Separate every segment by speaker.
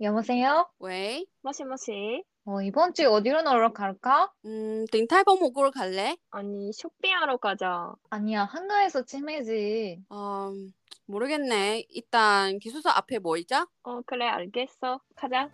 Speaker 1: 여보세요?
Speaker 2: 왜?
Speaker 3: 머시머시.
Speaker 1: 어, 이번 주에 어디로 놀러 갈까?
Speaker 2: 음, 링탈버 목으로 갈래?
Speaker 3: 아니, 쇼핑하러 가자.
Speaker 1: 아니야, 한가해서 치매지.
Speaker 2: 어, 모르겠네. 일단 기숙사 앞에 뭐 모이자.
Speaker 3: 어, 그래, 알겠어. 가자.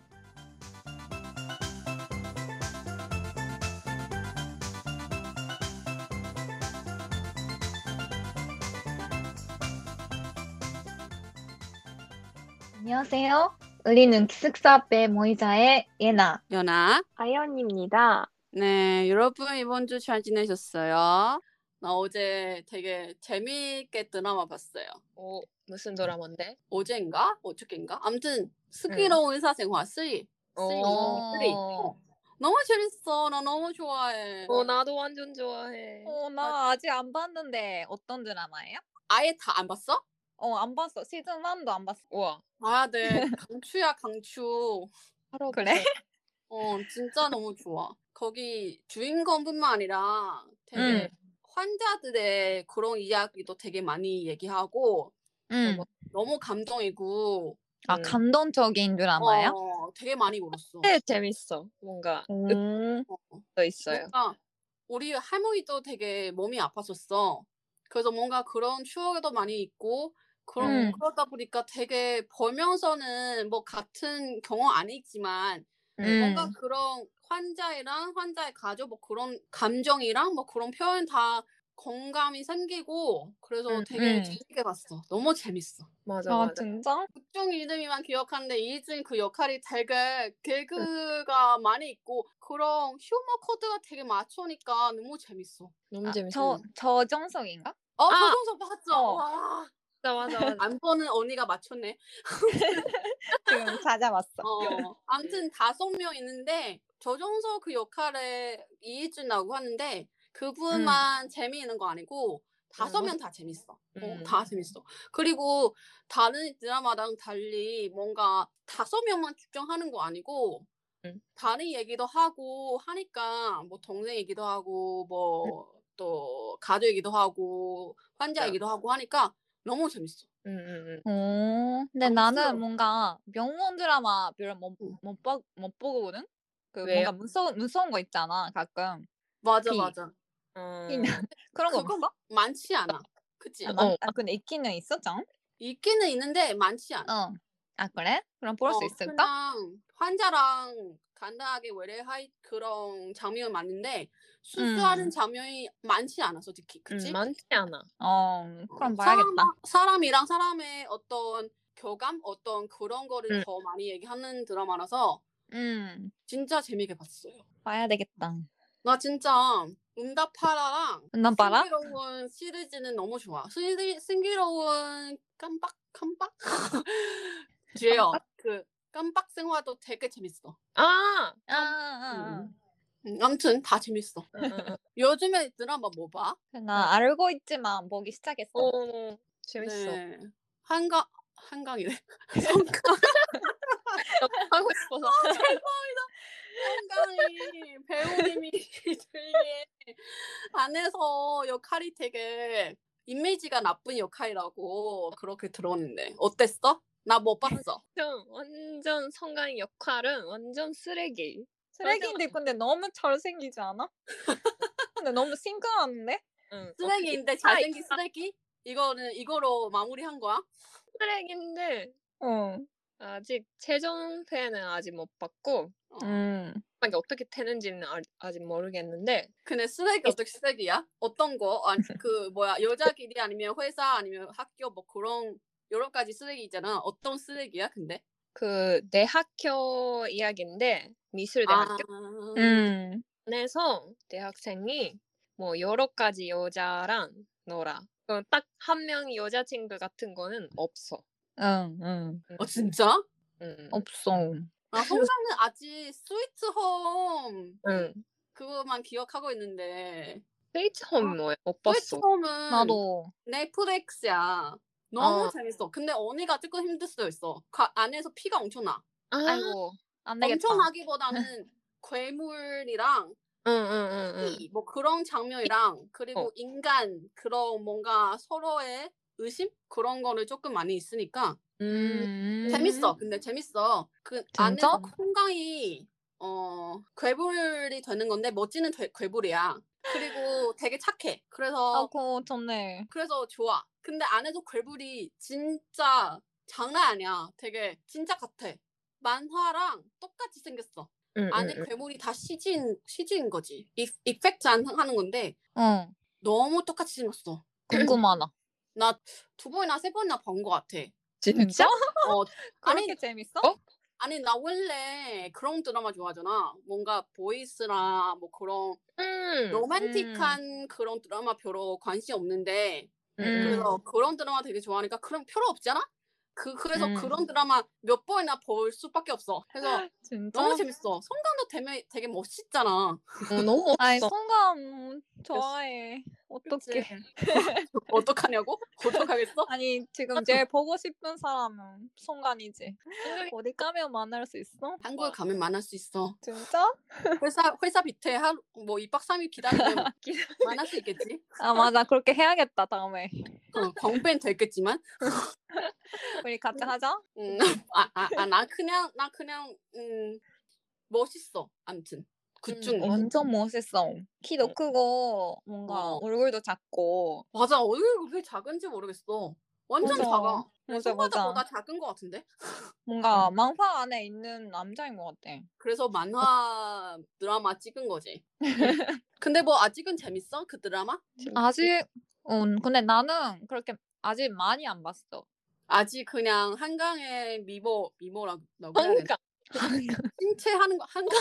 Speaker 1: 안녕하세요. 우리는 기숙사 앞에 모이자의 예나.
Speaker 2: 연아.
Speaker 3: 아이언입니다.
Speaker 2: 네, 여러분 이번 주 잘 지내셨어요? 나 어제 되게 재미있게 드라마 봤어요.
Speaker 4: 오, 무슨 드라마인데?
Speaker 2: 어제인가? 어저께인가? 아무튼 슬기로운 의사생활 3. 3.
Speaker 4: 어.
Speaker 2: 너무 재밌어. 나 너무 좋아해.
Speaker 4: 어, 나도 완전 좋아해.
Speaker 5: 어, 나 아직 안 봤는데 어떤 드라마예요?
Speaker 2: 아예 다 안 봤어?
Speaker 5: 어, 안 봤어. 시즌 1도 안 봤어.
Speaker 4: 우와,
Speaker 2: 봐야 돼. 강추야, 강추.
Speaker 4: 하루
Speaker 5: 그래?
Speaker 2: 어, 진짜 너무 좋아. 거기 주인공뿐만 아니라 되게
Speaker 5: 응.
Speaker 2: 환자들의 그런 이야기도 되게 많이 얘기하고
Speaker 5: 응.
Speaker 2: 너무 감동이고
Speaker 5: 아, 감동적인 드라마야?
Speaker 2: 어, 되게 많이 울었어.
Speaker 5: 네,
Speaker 4: 되게 재밌어. 뭔가
Speaker 5: 음.
Speaker 4: 또 있어요.
Speaker 2: 뭔가 우리 할머니도 되게 몸이 아팠었어. 그래서 뭔가 그런 추억도 많이 있고 그런
Speaker 5: 음.
Speaker 2: 그러다 보니까 되게 보면서는 뭐 같은 경험 아니지만
Speaker 5: 음.
Speaker 2: 뭔가 그런 환자이랑 환자의 가족 뭐 그런 감정이랑 뭐 그런 표현 다 공감이 생기고 그래서
Speaker 4: 음,
Speaker 2: 되게
Speaker 5: 음.
Speaker 2: 재밌게 봤어. 너무 재밌어.
Speaker 4: 맞아,
Speaker 5: 아,
Speaker 4: 맞아.
Speaker 5: 진짜?
Speaker 2: 국중 이름이만 기억하는데 이진 그 역할이 되게 개그가 많이 있고 그런 휴머 코드가 되게 맞추니까 너무 재밌어.
Speaker 4: 너무
Speaker 5: 아,
Speaker 4: 재밌어.
Speaker 5: 저, 저 정석인가?
Speaker 2: 어,
Speaker 4: 아!
Speaker 2: 소송소 봤죠?
Speaker 5: 어.
Speaker 2: 와,
Speaker 4: 맞아, 맞아, 맞아.
Speaker 2: 안 보는 언니가 맞췄네.
Speaker 5: 지금 찾아봤어.
Speaker 2: 어, 아무튼 다섯 명 있는데 저정서 그 역할에 이희준이라고 하는데 그분만 재미있는 거 아니고 다섯
Speaker 4: 음.
Speaker 2: 명 다 재밌어. 어,
Speaker 4: 음.
Speaker 2: 다 재밌어. 그리고 다른 드라마랑 달리 뭔가 다섯 명만 집중하는 거 아니고
Speaker 4: 음.
Speaker 2: 다른 얘기도 하고 하니까 뭐 동생 얘기도 하고 뭐 또 가족 얘기도 하고 환자
Speaker 4: 맞아.
Speaker 2: 얘기도 하고 하니까 너무 재밌어.
Speaker 4: 응, 응,
Speaker 5: 오,
Speaker 4: 응.
Speaker 5: 어. 근데
Speaker 2: 너무
Speaker 5: 나는
Speaker 2: 부러워.
Speaker 5: 뭔가 명문 드라마 별로 못, 못, 봐- 못 보거든? 그
Speaker 4: 왜요?
Speaker 5: 뭔가 무서운, 무서운 거 있잖아, 가끔.
Speaker 2: 맞아
Speaker 5: 비.
Speaker 2: 맞아.
Speaker 4: 어,
Speaker 5: 그런 거
Speaker 2: 그거
Speaker 5: 없어?
Speaker 2: 많지 않아. 그치?
Speaker 5: 아, 많-
Speaker 4: 어.
Speaker 5: 아, 근데 있기는 있어, 짱?
Speaker 2: 있기는 있는데 많지 않아.
Speaker 5: 어. 아, 그래? 그럼 볼 수
Speaker 2: 어,
Speaker 5: 있을까?
Speaker 2: 그냥 환자랑 간단하게 외래할 그런 장면은 많은데 수술하는
Speaker 5: 음.
Speaker 2: 장면이 많지 않아 솔직히 그치?
Speaker 4: 음, 많지 않아.
Speaker 5: 어,
Speaker 2: 어,
Speaker 5: 그럼 봐야겠다.
Speaker 2: 사람, 사람이랑 사람의 어떤 교감 어떤 그런 거를
Speaker 4: 음.
Speaker 2: 더 많이 얘기하는 드라마라서
Speaker 5: 음,
Speaker 2: 진짜 재미있게 봤어요
Speaker 5: 봐야 되겠다.
Speaker 2: 나 진짜 응답하라랑
Speaker 5: 응답하라?
Speaker 2: 신기로운 시리즈는 너무 좋아 신기, 신기로운 깜빡 깜빡? 뒤에요 그 깜빡 생활도 되게 재밌어
Speaker 4: 아!
Speaker 5: 아, 아,
Speaker 2: 음, 아무튼 다 재밌어.
Speaker 4: 응, 응, 응.
Speaker 2: 요즘에 드라마 뭐 봐?
Speaker 5: 아. 나 알고 있지만 보기 시작했어.
Speaker 4: 어, 재밌어.
Speaker 2: 네. 한강 한강이래. 한강
Speaker 4: 하고 싶어서.
Speaker 2: 한강이 배우님이 되게 안에서 역할이 되게 이미지가 나쁜 역할이라고 그렇게 들었는데 어땠어? 나 못 봤어.
Speaker 4: 완전, 완전 성강 역할은 완전 쓰레기.
Speaker 5: 쓰레기인데 근데 너무 잘생기지 않아? 근데 너무 싱크하는데?
Speaker 4: 응.
Speaker 5: 아,
Speaker 2: 쓰레기인데 잘생긴 쓰레기? 이거는 이거로 마무리한 거야?
Speaker 4: 쓰레기인데
Speaker 5: 어.
Speaker 4: 아직 최종패는 아직 못 봤고
Speaker 2: 어.
Speaker 5: 음.
Speaker 4: 이게 어떻게 되는지는 아, 아직 모르겠는데
Speaker 2: 근데 쓰레기 어떻게 쓰레기야? 어떤 거? 아니 그 뭐야 여자끼리 아니면 회사 아니면 학교 뭐 그런 여러 가지 쓰레기 있잖아. 어떤 쓰레기야? 근데
Speaker 4: 그 내 학교 이야기인데
Speaker 2: 아.
Speaker 4: 미술대학교
Speaker 5: 아. 음.
Speaker 4: 안에서 대학생이 뭐 여러 가지 여자랑 놀아. 어, 딱 한 명 여자친구 같은 거는 없어.
Speaker 5: 응, 응.
Speaker 4: 음,
Speaker 2: 어 진짜?
Speaker 4: 음,
Speaker 5: 없어.
Speaker 2: 아
Speaker 5: 그
Speaker 2: 성상은 아직 스위트홈
Speaker 4: 응.
Speaker 2: 그거만 기억하고 있는데
Speaker 4: 스위트홈 뭐야? 못 봤어.
Speaker 2: 아, 스위트홈은
Speaker 5: 나도.
Speaker 2: 넷플릭스야. 너무
Speaker 4: 아.
Speaker 2: 재밌어. 근데 언니가 조금 힘들 수도 있어. 가- 안에서 피가 엄청 나.
Speaker 4: 아,
Speaker 5: 아이고. 안 되겠다.
Speaker 2: 엄청 나기보다는 괴물이랑
Speaker 4: 응응응응.
Speaker 2: 이, 뭐 그런 장면이랑 그리고
Speaker 4: 어.
Speaker 2: 인간 그런 뭔가 서로의 의심 그런 거를 조금 많이 있으니까
Speaker 5: 음.
Speaker 2: 재밌어. 근데 재밌어. 그 안에
Speaker 5: 진짜?
Speaker 2: 콩강이 어 괴물이 되는 건데 멋지는 괴, 괴물이야. 그리고 되게 착해. 그래서
Speaker 5: 아고 좋네.
Speaker 2: 그래서 좋아. 근데 안에도 괴물이 진짜 장난 아니야. 되게 진짜 같아. 만화랑 똑같이 생겼어.
Speaker 4: 음,
Speaker 2: 안에
Speaker 4: 음, 음.
Speaker 2: 괴물이 다 CG인, CG인 거지. 이, 이펙트 안 하는 건데
Speaker 5: 응.
Speaker 2: 너무 똑같이 생겼어.
Speaker 5: 어, 궁금하나.
Speaker 2: 나 두 번이나 세 번이나 본 것 같아.
Speaker 4: 진짜?
Speaker 2: 어, 아니,
Speaker 5: 그렇게 재밌어?
Speaker 4: 어?
Speaker 2: 아니 나 원래 그런 드라마 좋아하잖아. 뭔가 보이스나 뭐 그런
Speaker 4: 음.
Speaker 2: 로man틱한 그런 드라마 별로 관심 없는데 그래서 그런 드라마 되게 좋아하니까 그런 표로 없잖아? 그, 그래서
Speaker 5: 음.
Speaker 2: 그런 드라마 몇 번이나 볼 수밖에 없어. 그래서
Speaker 5: 진짜?
Speaker 2: 너무 재밌어. 성광도 되게, 되게 멋있잖아.
Speaker 4: 어, 너무
Speaker 5: 아이
Speaker 4: 없어.
Speaker 5: 송감 좋아해.
Speaker 2: 그치?
Speaker 5: 어떡해.
Speaker 2: 어떡하냐고? 어떡하겠어?
Speaker 5: 아니 지금 제일 보고 싶은 사람은 송간이지. 어디 가면 만날 수 있어?
Speaker 2: 한국에 가면 만날 수 있어.
Speaker 5: 진짜?
Speaker 2: 회사, 회사 밑에 하루, 뭐 2박 3일 기다리면 만날 수 있겠지?
Speaker 5: 아 맞아 그렇게 해야겠다 다음에
Speaker 2: 어, 광팬 됐겠지만.
Speaker 5: 우리 같이 하자.
Speaker 2: 음, 아, 아, 아, 나 그냥, 나 그냥, 음, 멋있어. 암튼.
Speaker 4: 음,
Speaker 2: 그중.
Speaker 5: 완전 멋있어. 키도 크고 뭔가
Speaker 2: 어.
Speaker 5: 얼굴도 작고
Speaker 2: 맞아. 얼굴이 왜 작은지 모르겠어. 완전
Speaker 5: 맞아.
Speaker 2: 작아.
Speaker 5: 맞아
Speaker 2: 송가자보다
Speaker 5: 맞아.
Speaker 2: 작은 것 같은데? 아,
Speaker 5: 뭔가 망파 안에 있는 남자인 것 같아.
Speaker 2: 그래서 만화 드라마 찍은 거지. 근데 뭐 아직은 재밌어? 그 드라마?
Speaker 5: 아직 음 근데 나는 그렇게 아직 많이 안 봤어.
Speaker 2: 아직 그냥 한강의 미모 미모라고 해야 되나?
Speaker 4: 그러니까
Speaker 2: 신체 하는 거 한강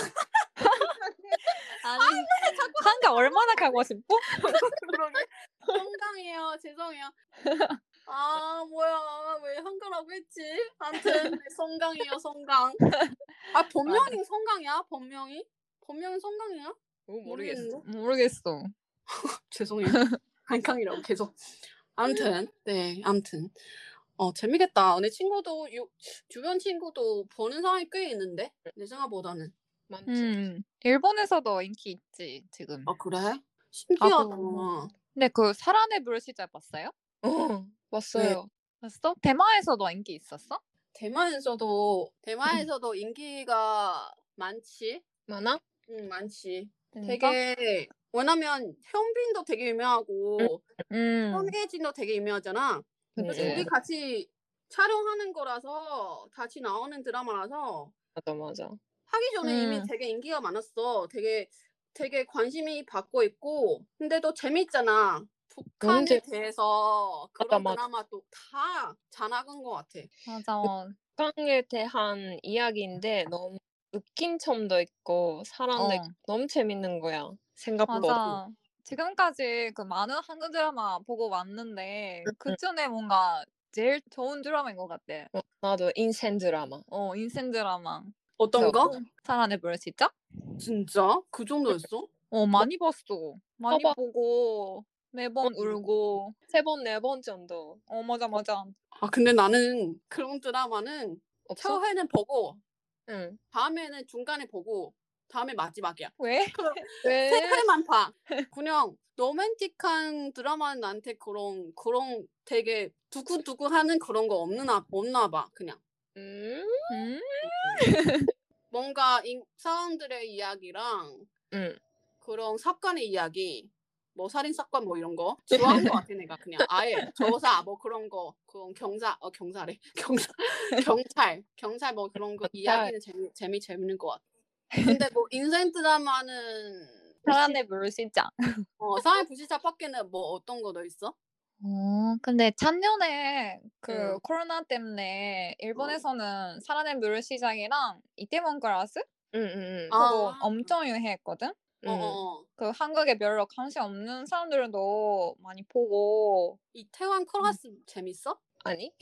Speaker 5: 아니 한가 얼마나 가고 싶어?
Speaker 2: 그러게 한강이에요 죄송해요 아 뭐야 왜 한강이라고 했지 아무튼 네, 성강이에요 성강 아 본명이 성강이야 본명이 본명이 성강이야
Speaker 4: 어, 모르겠어.
Speaker 2: 모르겠는데?
Speaker 5: 모르겠어.
Speaker 2: 죄송해요. 한강이라고 계속. 아무튼 네 아무튼 어 재미겠다. 내 친구도 요, 주변 친구도 보는 사람이 꽤 있는데 내 생각보다는.
Speaker 4: 많지.
Speaker 5: 음 일본에서도 인기 있지 지금.
Speaker 2: 아 그래? 신기하다.
Speaker 5: 아, 근데 그 사랑의 불시자 봤어요? 네.
Speaker 4: 어, 왔어요.
Speaker 5: 봤어? 대마에서도 인기 있었어?
Speaker 2: 대만에서도 대만에서도 인기가 많지.
Speaker 4: 많아?
Speaker 2: 응 많지.
Speaker 5: 진짜?
Speaker 2: 되게 왜냐면 현빈도 되게 유명하고
Speaker 5: 음.
Speaker 2: 현혜진도 되게 유명하잖아. 그래서
Speaker 5: 네.
Speaker 2: 우리 같이 촬영하는 거라서 같이 나오는 드라마라서
Speaker 4: 맞아, 맞아.
Speaker 2: 하기 전에 이미
Speaker 5: 음.
Speaker 2: 되게 인기가 많았어. 되게 되게 관심이 받고 있고, 근데 또 재밌잖아. 북한에
Speaker 4: 재밌-
Speaker 2: 대해서
Speaker 4: 맞아,
Speaker 2: 그런
Speaker 4: 맞아.
Speaker 2: 드라마도 다 자나간 것 같아.
Speaker 5: 맞아. 어,
Speaker 4: 사랑에 대한 이야기인데 너무 웃긴 점도 있고 사랑도
Speaker 5: 어.
Speaker 4: 있고 너무 재밌는 거야. 생각보다.
Speaker 5: 맞아. 지금까지 그 많은 한국 드라마 보고 왔는데 그 중에 뭔가 제일 좋은 드라마인 것 같아.
Speaker 4: 어, 나도 인생 드라마.
Speaker 5: 어 인생 드라마
Speaker 2: 어떤 거?
Speaker 5: 사랑의 불 진짜?
Speaker 2: 진짜? 그 정도였어?
Speaker 5: 어 많이 봤어. 많이
Speaker 4: 봐봐.
Speaker 5: 보고 매번
Speaker 4: 어.
Speaker 5: 울고.
Speaker 4: 세 번 네 번 정도
Speaker 5: 어 맞아 맞아.
Speaker 2: 아 근데 나는 그런 드라마는
Speaker 4: 없어?
Speaker 2: 처음에는 보고,
Speaker 4: 응.
Speaker 2: 다음에는 중간에 보고, 다음에 마지막이야.
Speaker 5: 왜?
Speaker 4: 왜?
Speaker 2: 세 회만 봐. 그냥 로맨틱한 드라마는 나한테 그런 그런 되게 두근두근하는 그런 거 없나 없나 봐 그냥.
Speaker 4: 음?
Speaker 5: 음?
Speaker 2: 뭔가 인, 사람들의 이야기랑
Speaker 4: 응.
Speaker 2: 그런 사건의 이야기, 뭐 살인 사건 뭐 이런 거 좋아하는 것 같아 내가 그냥 아예 저사 뭐 그런 거 그런 경사 어 경사래 경사 경찰 경찰 뭐 그런 거 이야기는 재미 재미 재밌는 것 같아. 근데 뭐 인생 드라마는
Speaker 5: 사랑의 불 진짜.
Speaker 2: 어 사회 부시자 밖에는 뭐 어떤 거 더 있어?
Speaker 5: 어 근데 작년에 그
Speaker 4: 응.
Speaker 5: 코로나 때문에 일본에서는 사랑의 불 시작이랑 이태원 클라스
Speaker 4: 응, 응, 응.
Speaker 2: 아.
Speaker 5: 그거 엄청 유행했거든.
Speaker 4: 응.
Speaker 2: 어, 어.
Speaker 5: 그 한국에 별로 관심 없는 사람들도 많이 보고
Speaker 2: 이태원
Speaker 5: 음.
Speaker 2: 클라스 재밌어?
Speaker 4: 아니?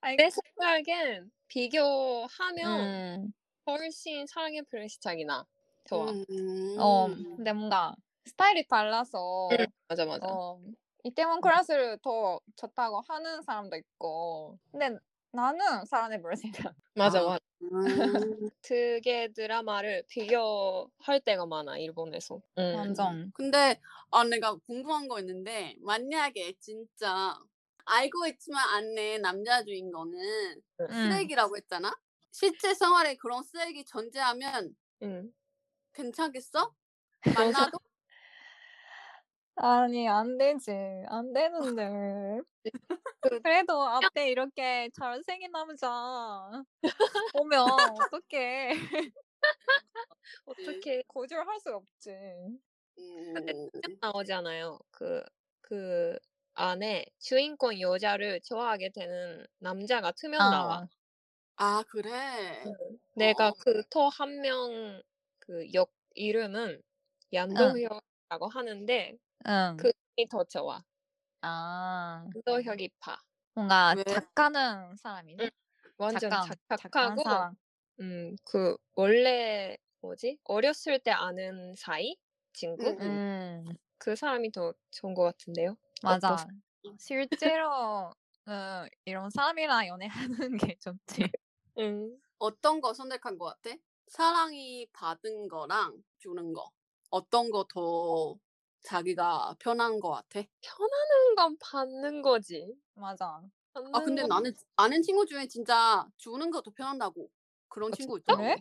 Speaker 5: 아니
Speaker 4: 내 생각엔 비교하면
Speaker 5: 음,
Speaker 4: 훨씬 사랑의 불시착이나 좋아.
Speaker 2: 음.
Speaker 5: 어 근데 뭔가 스타일이 달라서
Speaker 4: 음, 맞아, 맞아.
Speaker 5: 어, 이태원 클래스를 더 좋다고 하는 사람도 있고 근데 나는 사랑의 불시착
Speaker 4: 맞아,
Speaker 2: 아.
Speaker 4: 맞아.
Speaker 2: 음.
Speaker 4: 두 개 드라마를 비교할 때가 많아 일본에서. 음.
Speaker 5: 완전
Speaker 2: 근데 아 내가 궁금한 거 있는데 만약에 진짜 알고 있지만 안내 남자 주인공은
Speaker 5: 음.
Speaker 2: 쓰레기라고 했잖아. 실제 생활에 그런 쓰레기 존재하면
Speaker 4: 응.
Speaker 2: 괜찮겠어? 만나도
Speaker 5: 아니 안 되지 안 되는데 그래도 앞에 이렇게 잘생긴 남자 오면 어떡해
Speaker 4: 어떻게
Speaker 5: 거절할 수 없지 어,
Speaker 2: 음,
Speaker 4: 나오잖아요. 그, 그 안에 주인공 여자를 좋아하게 되는 남자가 투 명 나와.
Speaker 5: 아,
Speaker 2: 아 그래.
Speaker 4: 내가
Speaker 2: 어.
Speaker 4: 그 또 한 명 그 역 이름은 얀도혁이라고 하는데
Speaker 5: 응.
Speaker 4: 그 이더 좋아.
Speaker 5: 아
Speaker 4: 얀도혁이파.
Speaker 5: 뭔가
Speaker 2: 왜?
Speaker 5: 작가는 사람이네
Speaker 4: 응, 완전
Speaker 5: 작가, 작가는
Speaker 4: 착하고
Speaker 5: 사람.
Speaker 4: 음, 그 원래 뭐지? 어렸을 때 아는 사이 친구?
Speaker 2: 음.
Speaker 5: 음
Speaker 4: 그 사람이 더 좋은 것 같은데요.
Speaker 5: 맞아
Speaker 4: 어떠세요?
Speaker 5: 실제로 응, 이런 사람이랑 연애하는 게 좋지
Speaker 4: 음.
Speaker 2: 어떤 거 선택한 것 같아? 사랑이 받은 거랑 주는 거 어떤 거 더 자기가 편한 것 같아?
Speaker 4: 편하는 건 받는 거지.
Speaker 5: 맞아
Speaker 2: 아 근데
Speaker 4: 받는 건-
Speaker 2: 나는 아는 친구 중에 진짜 주는 것도 편한다고 그런
Speaker 4: 아,
Speaker 2: 친구
Speaker 4: 진짜?
Speaker 2: 있더라고.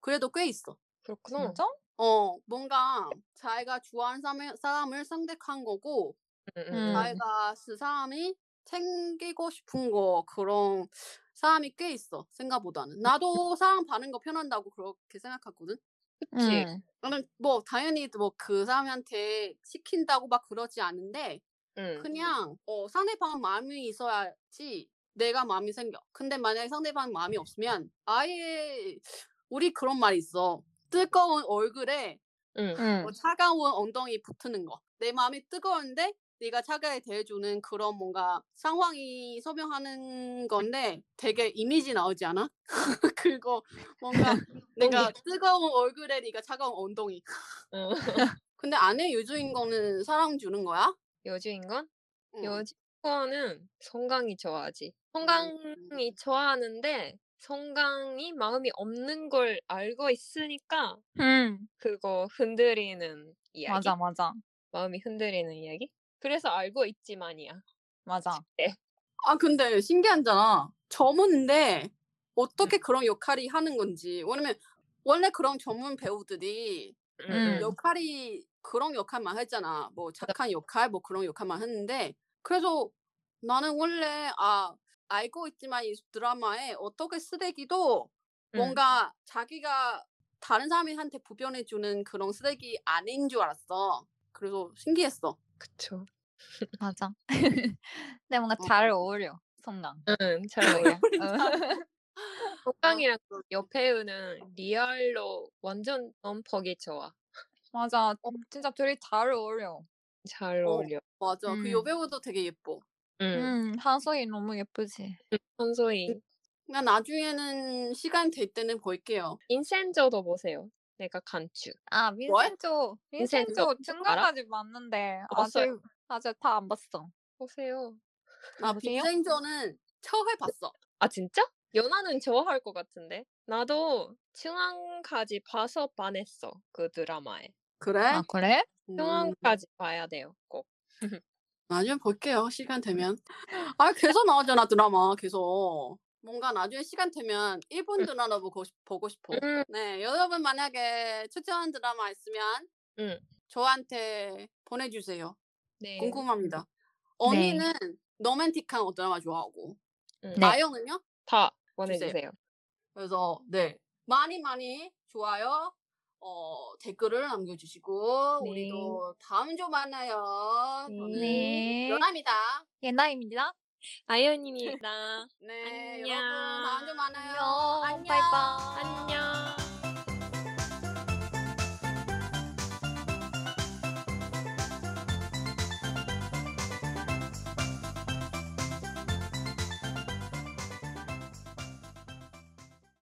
Speaker 2: 그래도 꽤 있어.
Speaker 4: 그렇구나.
Speaker 5: 진짜?
Speaker 2: 어 뭔가 자기가 좋아하는 사람을, 사람을 선택한 거고
Speaker 4: 응, 응,
Speaker 5: 음.
Speaker 4: 응.
Speaker 2: 자기가 그 사람이 챙기고 싶은 거 그런 사람이 꽤 있어 생각보다는 나도 사람 받는 거 편한다고 그렇게 생각하거든.
Speaker 4: 그치.
Speaker 5: 응.
Speaker 2: 나는 뭐 당연히 뭐 그 사람한테 시킨다고 막 그러지 않은데
Speaker 4: 응.
Speaker 2: 그냥 어 상대방 마음이 있어야지 내가 마음이 생겨. 근데 만약에 상대방 마음이 없으면 아예 우리 그런 말이 있어. 뜨거운 얼굴에
Speaker 4: 응.
Speaker 5: 응.
Speaker 2: 뭐 차가운 엉덩이 붙는 거. 내 마음이 뜨거운데 네가 차가게 대해주는 그런 뭔가 상황이 설명하는 건데 되게 이미지 나오지 않아? 그거 뭔가 내가 뜨거운 얼굴에 네가 차가운 엉덩이.
Speaker 4: 응.
Speaker 2: 근데 아내 유주인 거는 사랑 주는 거야?
Speaker 4: 여주인건?
Speaker 2: 응.
Speaker 4: 여주인건은 성강이 좋아하지. 성강이 좋아하는데 성강이 마음이 없는 걸 알고 있으니까
Speaker 5: 응.
Speaker 4: 그거 흔들리는 이야기.
Speaker 5: 맞아 맞아
Speaker 4: 마음이 흔들리는 이야기. 그래서 알고 있지만이야.
Speaker 5: 맞아
Speaker 2: 아 근데 신기한잖아. 전문인데 어떻게 그런 역할이 하는 건지. 왜냐면 원래 그런 전문 배우들이
Speaker 4: 응,
Speaker 5: 음.
Speaker 4: 응.
Speaker 2: 역할이 그런 역할만 했잖아. 뭐 착한 역할 뭐 그런 역할만 했는데 그래서 나는 원래 아 알고 있지만 이 드라마에 어떻게 쓰레기도
Speaker 4: 음.
Speaker 2: 뭔가 자기가 다른 사람한테 부변해 주는 그런 쓰레기 아닌 줄 알았어. 그래서 신기했어.
Speaker 4: 그쵸.
Speaker 5: 맞아. 근데 뭔가 잘 어울려 성랑.
Speaker 4: 응, 잘 어울려.
Speaker 5: 응.
Speaker 4: 성강이랑 옆에 우는 리얼로 완전 넘퍽이 좋아.
Speaker 5: 맞아. 어, 진짜 둘이 잘 어울려.
Speaker 4: 잘
Speaker 2: 어.
Speaker 4: 어울려.
Speaker 2: 맞아.
Speaker 5: 음.
Speaker 2: 그 여배우도 되게 예뻐.
Speaker 4: 응.
Speaker 5: 음, 한소희 너무 예쁘지.
Speaker 4: 선소희.
Speaker 2: 나 나중에는 시간 될 때는 볼게요.
Speaker 4: 인센저도 보세요. 내가 간추.
Speaker 5: 아 민센조, 민센조
Speaker 4: 민센조 알아?
Speaker 5: 중간까지 봤는데
Speaker 4: 봤어요?
Speaker 5: 아직 아직 다 안 봤어.
Speaker 4: 보세요.
Speaker 2: 아
Speaker 5: 여보세요?
Speaker 2: 빈센저는 처음에 봤어.
Speaker 4: 아 진짜? 연하는 좋아할 것 같은데. 나도 중앙까지 봐서 반했어 그 드라마에.
Speaker 2: 그래?
Speaker 5: 아 그래?
Speaker 2: 음,
Speaker 4: 중앙까지 봐야 돼요 꼭.
Speaker 2: 나중에 볼게요. 시간 되면. 아 계속 나오잖아 드라마 계속. 뭔가 나중에 시간 되면 일본 드라마 보고, 싶, 보고 싶어.
Speaker 4: 음.
Speaker 2: 네 여러분 만약에 추천한 드라마 있으면
Speaker 4: 음.
Speaker 2: 저한테 보내주세요.
Speaker 4: 네.
Speaker 2: 궁금합니다. 언니는 로맨틱한 어, 드라마 좋아하고
Speaker 4: 음,
Speaker 5: 네.
Speaker 2: 아영은요?
Speaker 4: 다 보내주세요.
Speaker 2: 그래서 네 많이 많이 좋아요 어 댓글을 남겨주시고
Speaker 4: 네.
Speaker 2: 우리도 다음 주 만나요
Speaker 4: 네.
Speaker 2: 저는
Speaker 5: 네.
Speaker 2: 연아입니다
Speaker 5: 예나입니다.
Speaker 4: 아이언입니다.
Speaker 2: 네
Speaker 4: 안녕.
Speaker 2: 여러분 다음 주 만나요
Speaker 5: 안녕. 바이바이.
Speaker 4: 안녕.